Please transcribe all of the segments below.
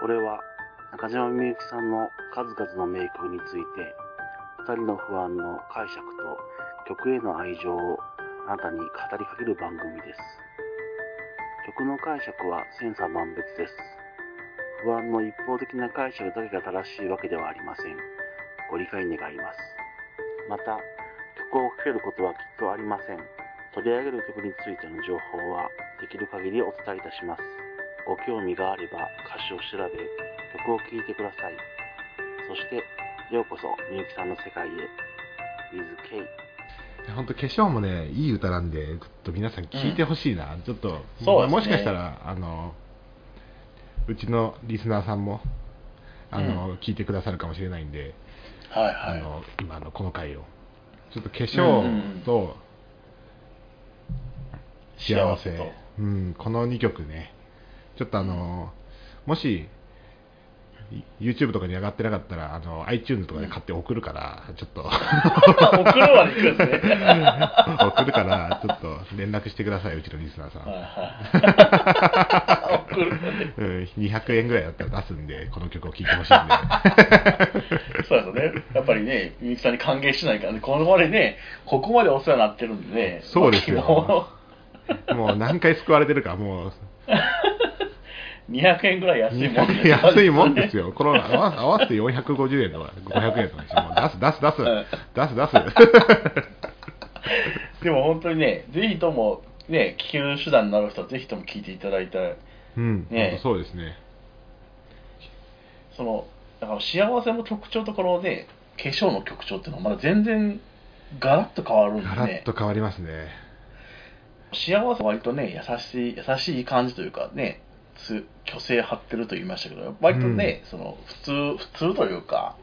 これは中島みゆきさんの数々の名曲について、二人の不安の解釈と曲への愛情をあなたに語りかける番組です。曲の解釈は千差万別です。不安の一方的な解釈だけが正しいわけではありません。ご理解願います。また、曲をかけることはきっとありません。取り上げる曲についての情報はできる限りお伝えいたします。ご興味があれば歌詞を調べ、曲を聴いてください。そして、ようこそみゆきさんの世界へ。With K。本当化粧もねいい歌なんでちょっと皆さん聞いてほしいな、ちょっとそうですねもしかしたらあのうちのリスナーさんもあの、うん聞いてくださるかもしれないんで、はいあはい。の今のこの回をちょっと化うんうんうん粧と幸せ、幸せとうんこの2曲ねちょっとあの、もしい YouTube とかに上がってなかったらあの iTunes とかで買って送るから、ちょっ と送るはできるんですね。送るから、ちょっと連絡してください、うちのリスナーさん。はいはい送る。うん、200円ぐらいだったら出すんで、この曲を聴いてほしいんで。そうですね。やっぱりね、みゆきさんに歓迎しないからね、このまでね、ここまでお世話になってるんでね、そうですよも もう何回救われてるか、もう、う200円ぐらい安いもんですよ安いもんですよ。この合わ合わせて450円とか500円とかにしてもう出す、出す、出すうん、出す、 出でも本当にね、ぜひとも、ね、聞ける手段になる人はぜひとも聞いていただいたら、す。うん、ねえそうですね。その、だから幸せの曲調とこのね、化粧の曲調っていうのはまだ全然ガラッと変わるんでガラねッと、変わりますね。幸せは割とね、優しい、優しい感じというかね、つ虚勢張ってると言いましたけど、割とね、その普通、普通というか、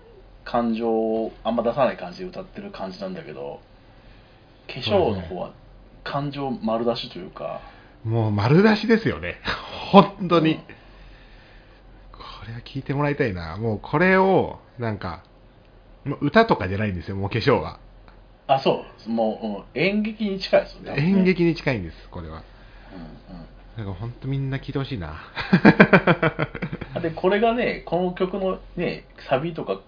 感情をあんま出さない感じで歌ってる感じなんだけど、化粧の方は感情丸出しというか、もう丸出しですよね。 本当に。うんこれは聞いてもらいたいな。もうこれを、なんか、もう歌とかじゃないんですよ、もう化粧は。あ、そう、もう、うん演劇に近いですよね。多分ね演劇に近いんです、これは。うんうんなんか本当みんな聞いてほしいな。でこれがねこの曲のねサビとか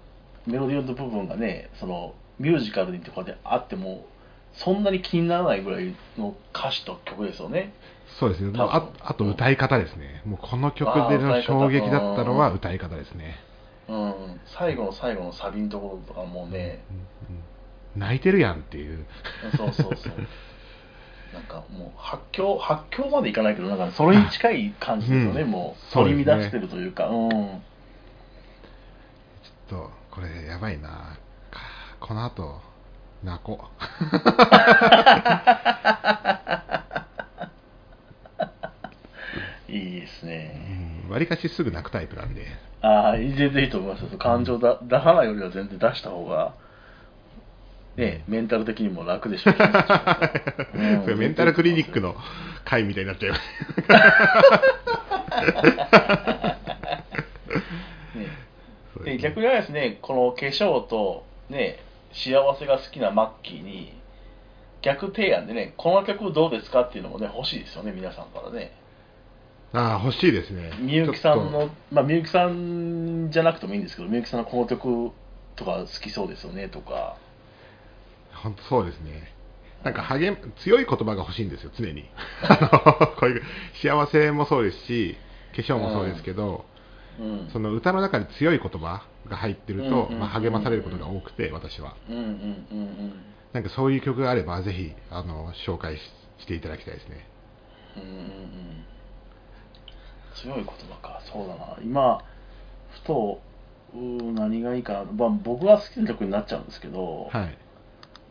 メロディーの部分がねそのミュージカルにとかであってもそんなに気にならないぐらいの歌詞と曲ですよねそうですね。多分ああと歌い方ですね。もうこの曲であのー衝撃だったのは歌い方ですね。うん最後の最後のサビのところとかもうね、うんうん泣いてるやんっていう。 そうそうそうなんかもう発狂発狂までいかないけどなんかそれに近い感じですよね、うんもうそうで取すねり乱してるというかうちょっと、これやばいな。かこの後、泣こう。んいいですね、わりかしすぐ泣くタイプなんで、ああ、全然いいと思いますよ。感情だ出さないよりは全然出した方が、ね、メンタル的にも楽でしょう しうんそれメンタルクリニックの会みたいになっちゃう。ねで逆にあれですね、この化粧と、ね、幸せが好きなマッキーに、逆提案でね、この曲どうですかっていうのもね、欲しいですよね、皆さんからね。ああ、欲しいですね。みゆきさちんょっの、まあ、みゆきさんじゃなくてもいいんですけど、みゆきさんのこの曲とか好きそうですよねとか。と。本当そうですね。なんか励む強い言葉が欲しいんですよ、 常に。あのこういう幸せもそうですし、化粧もそうですけど、うんその歌の中に強い言葉が入ってるうんうんとうんう、んまあ、励まされることが多くて、私は。うんうんうんうんなんかそういう曲があれば、ぜひあの紹介ししていただきたいですね。うんうんうん強い言葉かそうだな今ふとうー何がいいかな、まあ、僕は好きな曲になっちゃうんですけど、はい。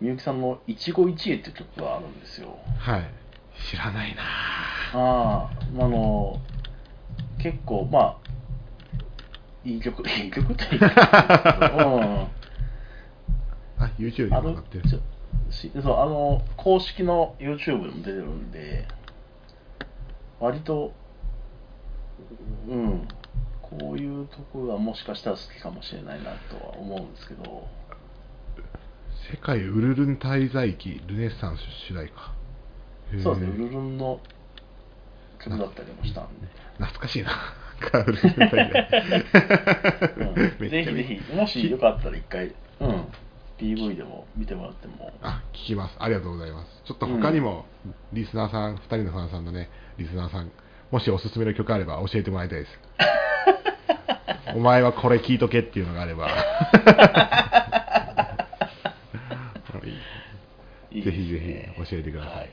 みゆきさんの「一期一会」っていう曲があるんですよはい。知らないな あああの結構まあいい曲いい曲っていい曲ですけどうんあ、YouTube にあも上がっのてる。ちょしそうあの公式の YouTube でも出てるんで割とうんこういうとこがもしかしたら好きかもしれないなとは思うんですけど世界ウルルン滞在記ルネッサンス主題歌へー そうですねウルルンの曲だったりもしたんで懐かしいなカウルみたいな うんぜひぜひ、もしよかったら一回、うん、PV でも見てもらっても。あ聞きますありがとうございますちょっと他にもリスナーさん、二人のファンさんのねリスナーさんもしおすすめの曲あれば教えてもらいたい ですお前はこれ聴いとけっていうのがあれば いいぜですひぜねひ教えてくださいはい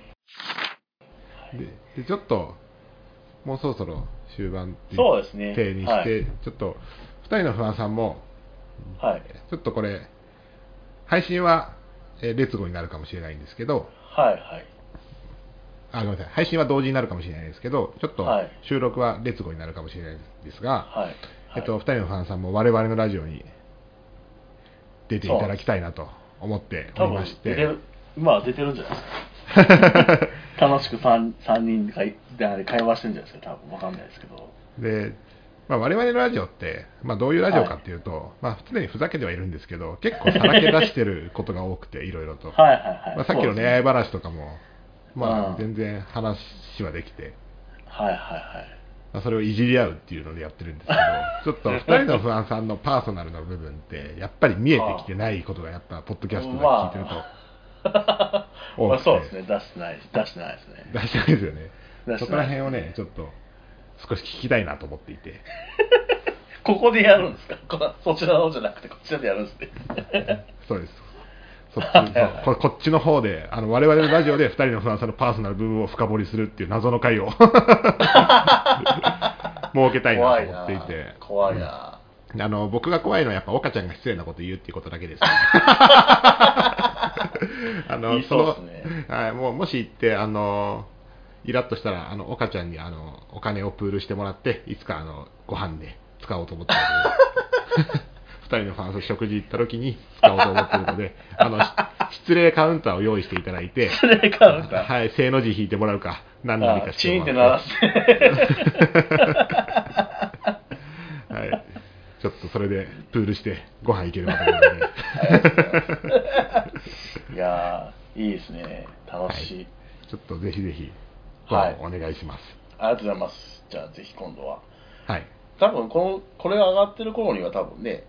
ででちょっともうそろそろ終盤ってそうですね。手にして、はい。ちょっと2人の不安さんもはい。ちょっとこれ配信は、えー、列語になるかもしれないんですけどはいはい。あごめんなさい配信は同時になるかもしれないですけどちょっとはい収録は列語になるかもしれないですが、はい。えっと、2人の不安さんも我々のラジオに出ていただきたいなと思ってお多りま分し出てて る、今は出てるんじゃないですか。楽しく 3, 三人で会であれ会話してるんじゃないですか、多分わかんないですけど。で、まあ、我々のラジオって、まあ、どういうラジオかっていうと、まあ、常にふざけてはいるんですけど結構さらけ出してることが多くていろいろと、はいはいはい。まあ、さっきのそ恋うですね愛話とかも、まうんあ、全然話はできて、はいはいはい。まあ、それをいじり合うっていうのでやってるんですけ どちょっと2人の不安さんのパーソナルの部分ってやっぱり見えてきてないことがやっぱポッドキャストで聞いてると。 多くてまあそうですね、出してないです。出してないですね。出したいですよ ね。出そしてこならいです辺をね、ちょっと少し聞きたいなと思ってい て、ここでやるんですか こそちらの方じゃなくて、こっちらでやるんですね。そうです。そっちそうここっちの方で、あの我々のラジオで2人の不安さのパーソナル部分を深掘りするっていう謎の 回を設けたいなと思っていて、怖いな。うんあの僕が怖いのはやっぱ岡ちゃんが失礼なこと言うっていうことだ けです。あ言いそうですね。はい、もうもし行って、あのイラッとしたら、あの岡ちゃんにあのお金をプールしてもらって、いつかあのご飯で使おうと思ってるので、2人のファン ス食事行った時に使おうと思ってるので、あのし失礼カウンターを用意していただいて、それかなんか。はい、正の字引いてもらうか、何なりあかチーンっても鳴ららうす。か、はい、ちょっとそれでプールしてご飯行ければと思うので、いやー、いいですね。楽しい。ちょっとぜひぜひ、はいお願いします。ありがとうございます。じゃあ、ぜひ今度は。はい多分この、これが上がってる頃には多分ね、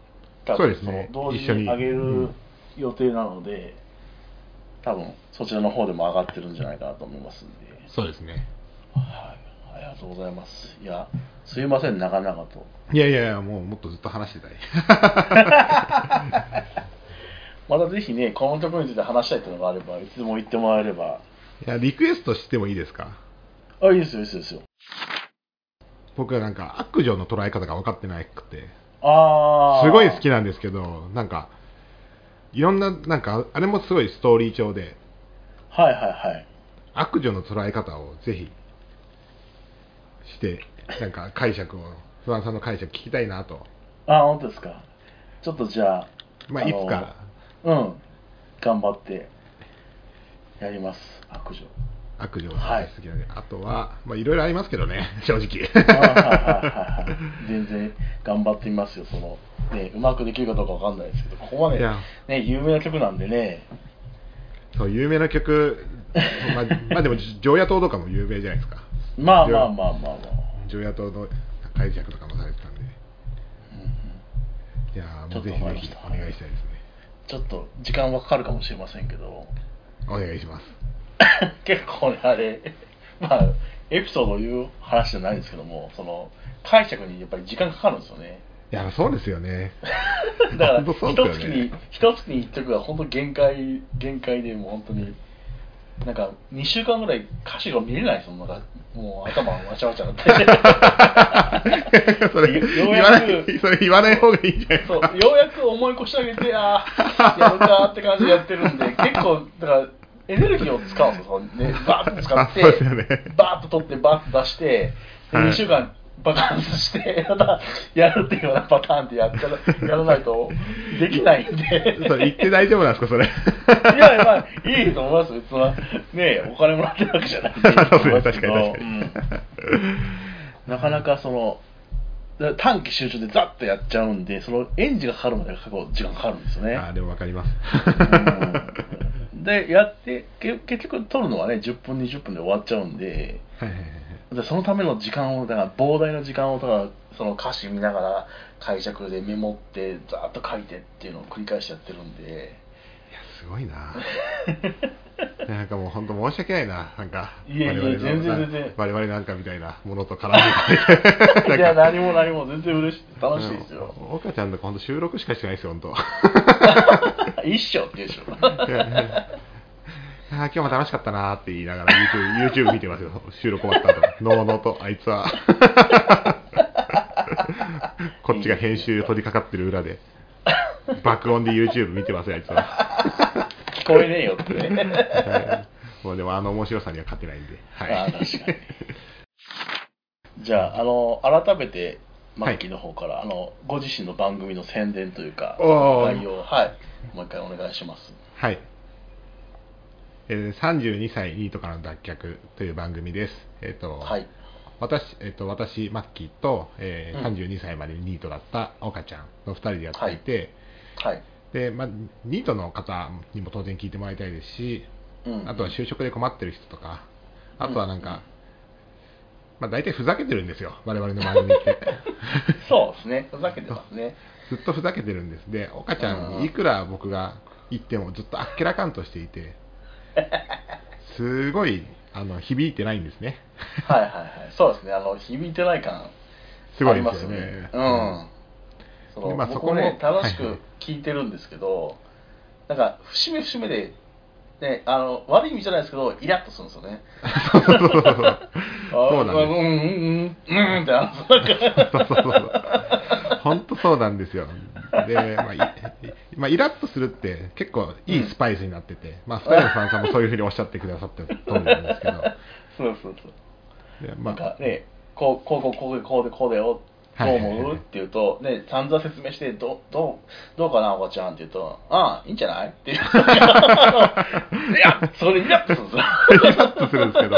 多そう分ですねの同時一緒にに上げうるん予定なので、多分そちらの方でも上がってるんじゃないかなと思いますんで。そうですねはい。ありがとうございます。いや、すいません、長々と。いやいやいや、もうもっとずっと話してたい。またぜひね、この曲について話したいっていうのがあれば、いつでも言ってもらえれば。いや、リクエストしてもいいですかあ、いいですよ、いいですよいいですよ。僕はなんか、悪女の捉え方が分かってなくて、あー。すごい好きなんですけど、なんか、いろんな、なんか、あれもすごいストーリー調で、はいはいはい。悪女の捉え方をぜひ、して、なんか解釈を、不安さんの解釈聞きたいなと。あ、本当ですか。ちょっとじゃあ、まあ、あいのつか、うん、頑張ってやります、悪女。悪女の捉え方好きなんで、あとは、まあ、いろいろありますけどね、正直。あはいはいはいはい全然頑張ってみますよ、その、ね、うまくできるかどうかわかんないですけど、ここまでいや、ね、有名な曲なんでね、 そう、有名な曲、まあ、まあでも、常夜灯とかも有名じゃないですか。まあまあまあまあまあ、常夜灯の解釈とかもされてたんで、いやーもうぜひちょっと思いぜまひしたお願いしたいですね。ちょっと時間はかかるかもしれませんけど、 お願いします。結構ね、あれ、まあ、エピソードを言う話じゃないんですけども、その、解釈にやっぱり時間かかるんですよね。いや、そうですよね。 だから、本当そ一う月ですよねに、一月に一曲が本当限界、限界で、もう本当に、なんか、2週間ぐらい歌詞が見れないですもん、なんか、もう頭わちゃわちゃになって。 それよ言ようやくわない、それ言わない方がいいんじゃないですそう、か。ようやく思い越し上げて、ああ、やるかって感じでやってるんで、結構、だから、エネルギーを使うんですよ、そうね、バーッと使って あそうですよね、バーッと取って、バーッと出して、ではい2週間、バカンスして、またやるっていうようなパターンでやったらやらないとできないんで。それ言って大丈夫なんですか、それ。い や、まあ、いいと思います、別に。ねえ、お金もらってるわけじゃないんでいいと思いますけど 確かうにんなかなかその、だから短期集中でザッとやっちゃうんで、そのエンジンがかかるまでが結構時間かかるんですよねあ。ーでもわかります。 うんで、やって、け結局撮るのはね、10分、20分で終わっちゃうんで、はいはいはいでそのための時間をだから膨大な時間をだからその歌詞見ながら解釈でメモってざーっと書いてっていうのを繰り返しやってるん ですごい ななんかもう本当申し訳ないななんかいやいや我々の全然全然我々なんかみたいなものと絡んでていや何も何も全然嬉しい楽しいですようん岡ちゃんとか本当収録しかしてないですよ本当一緒って言うでしょ いやいやあー今日も楽しかったなーって言いながら YouTube, YouTube 見てますよ収録終わった後のうのうとあいつ はこっちが編集取り掛かってる裏で爆音で YouTube 見てますよあいつは、聞こえねえよってねはいもうでもあの面白さには勝てないんで、はああい、確かに。じゃあ、あの、改めて、マッキーの方から、あの、ご自身の番組の宣伝というか、おー概要を、はい、もう一回お願いします。はい。えー32歳ニートからの脱却という番組です。えっ、と、はい。私、えっ、と、私、マッキーと、えーうん32歳までにニートだった岡ちゃんの2人でやっていて、はい。で、まあ、ニートの方にも当然聞いてもらいたいですし、うん。あとは就職で困ってる人とか、あとはなんか、まあ大体ふざけてるんですよ、我々の番組って。そうですね。ふざけてますね。ずっとふざけてるんですで岡ちゃんうんにいくら僕が言ってもずっとあっけらかんとしてい てすごいあの響いてないんですねはいはいはい。そうですね。あの、響いてない感、すごあいりでますすよよねね。ううんん。その、でまあそこ僕ももね、楽しはいはくい聞いてるんですけど、なんか、節目節目で、ね、あの、悪い意味じゃないですけど、イラッとするんですよね。そうそうそうそうそうなんあでうんうんうんうんうんってなるなんかすそうそうそう本当そうなんですよで、まあい まあ、イラッとするって結構いいスパイスになってて、まあ、スタイルさんさんもそういうふうにおっしゃってくださってると思うんですけどそうそうそう、で、なまんあかねこうこうこうこうでこうでこうだよどうはいはいはい思はういって言うと、ね、散々説明して、どうどうどうかな、おばちゃんって言うと、ああ、いいんじゃないって言ういや、それイラッとするんですよ。イラッとするんですけど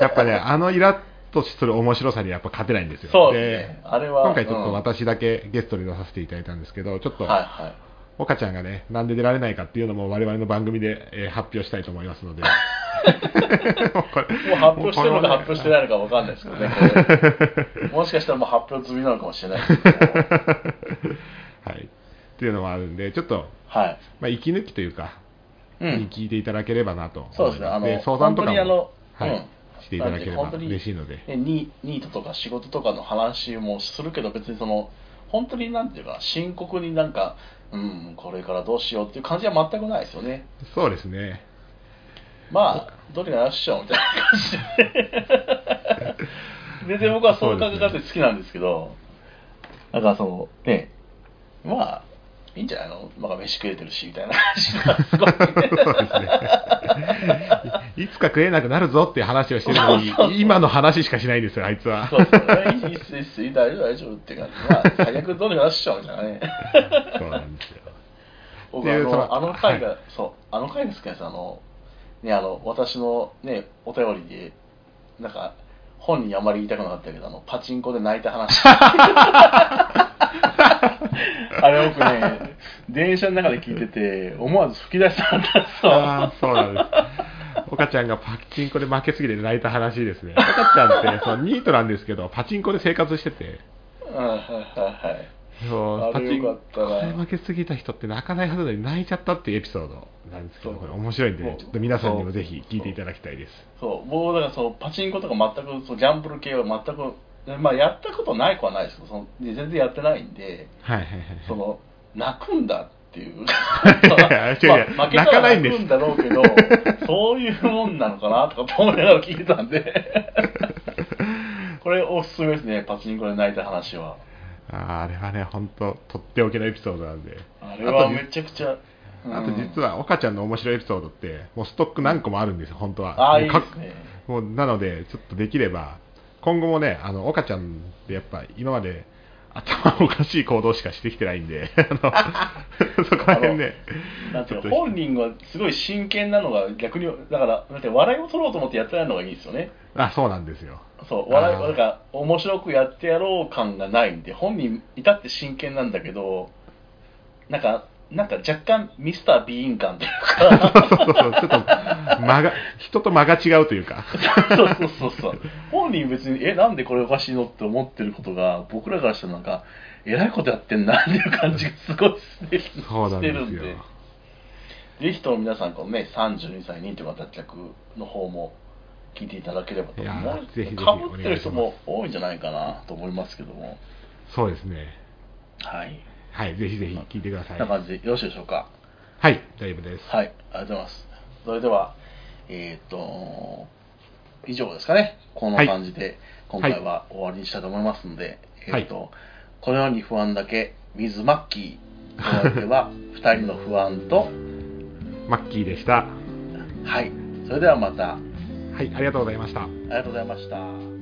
やっぱねあのイラッとする面白さにやっぱ勝てないんですよそうですね。あれは、今回ちょっうとん私だけゲストに出させていただいたんですけど、ちょっとはいはい。岡ちゃんがね、なんで出られないかっていうのも我々の番組で、えー発表したいと思いますので。もうこれもう発表してるのか発表してないのかわかんないですけどね、これもしかしたらもう発表済みなのかもしれないですけど、 はい。っていうのもあるんで、ちょっと、はい。まあ、息抜きというか、うん、聞いていただければなと思います。そうですね、あの、相談とか本当にあのも、、はいうんしていただければ嬉しいので。ねニニートとか仕事とかの話もするけど別にその本当になんていうか深刻になんかうんこれからどうしようっていう感じは全くないですよねそうですね。まあどれがやらしちゃうみたいな感じで全然僕はそういう感覚があって好きなんですけどなんかそのねまあいいんじゃないのまあ飯食えてるしみたいな話がすごいそうですね。いいつか食えなくなるぞっていう話をしてる のに、今の話しかしないんですよ、あいつは。そうそういいっすいいっすいい大丈夫大丈夫っていう感じまあ最悪どれがやらしちゃうみたいなねそうなんですよ。僕あでそののあの回が、はそうあの回が好きなんですあのねあの私のねお便りでなんか本人あまり言いたくなかったけどあのパチンコで泣いた 話あれ僕ね電車の中で聞いてて思わず吹き出したんですよああ、そうなんです。岡ちゃんがパチンコで負けすぎて泣いた話ですね。岡ちゃんってそのニートなんですけど、パチンコで生活してて、うんはいはいはいそうあパれチンよかコったでな負けすぎた人って泣かないはずなのに泣いちゃったっていうエピソードなんですけど、そうこれ面白いんで、ね、ちょっと皆さんにもぜひ聞いていただきたいです。そう僕だからそのパチンコとか全くそうギャンブル系は全くでまあやったことない子はないですけどその全然やってないんではいはいそはの泣くんだって いうや違う違うまあ負け泣かたらないんで泣す。くんだろうけど そういうもんなのかなとか思いながら聞いてたんで これおすすめですねパチンコで泣いた話はいあーあれはね、本当とっておきのエピソードなんで。あれはあとめちゃくちゃあと実は、は、岡ちゃんの面白いエピソードって、もうストック何個もあるんですよ、本当は。ああいもいうでかすねもうなので、ちょっとできれば、今後もね、あの岡ちゃんってやっぱ今まで頭おかしい行動しかしてきてないんで、 あ のそこら辺ね、だってちょっと本人はすごい真剣なのが逆にだからだって笑いを取ろうと思ってやってないのがいいですよねあそうなんですよ。そう笑いあーなんか面白くやってやろう感がないんで本人至って真剣なんだけどなんかなんか若干ミスター・ビーン感というか そうそうそう、ちょっと間が、人と間が違うというか。そうそうそうそう。本人別に、え、なんでこれおかしいのって思ってることが、僕らからしたらなんか、えらいことやってんなっていう感じがすごいしてるそうなんしでてるすんよ。で。ぜひとも皆さん、このね、32歳認定また着の方も聞いていただければと思いまいやーぜひぜひかぶってる人も多いんじゃないかなと思いますけども。そうですね。はい。はい、ぜひぜひ聞いてくだこさんい。な感じでよろしいでしょうか。はい、大丈夫です。はい、ありがとうございます。それでは、えーっと、以上ですかね。こんな感じで、今回は終わりにしたいと思いますので、はいえーっと、このように不安だけ、水マッキーのお相 手は、2人の不安と、マッキーでした。ははい、それではまた、あい、ありがとうございました。りがとうございました。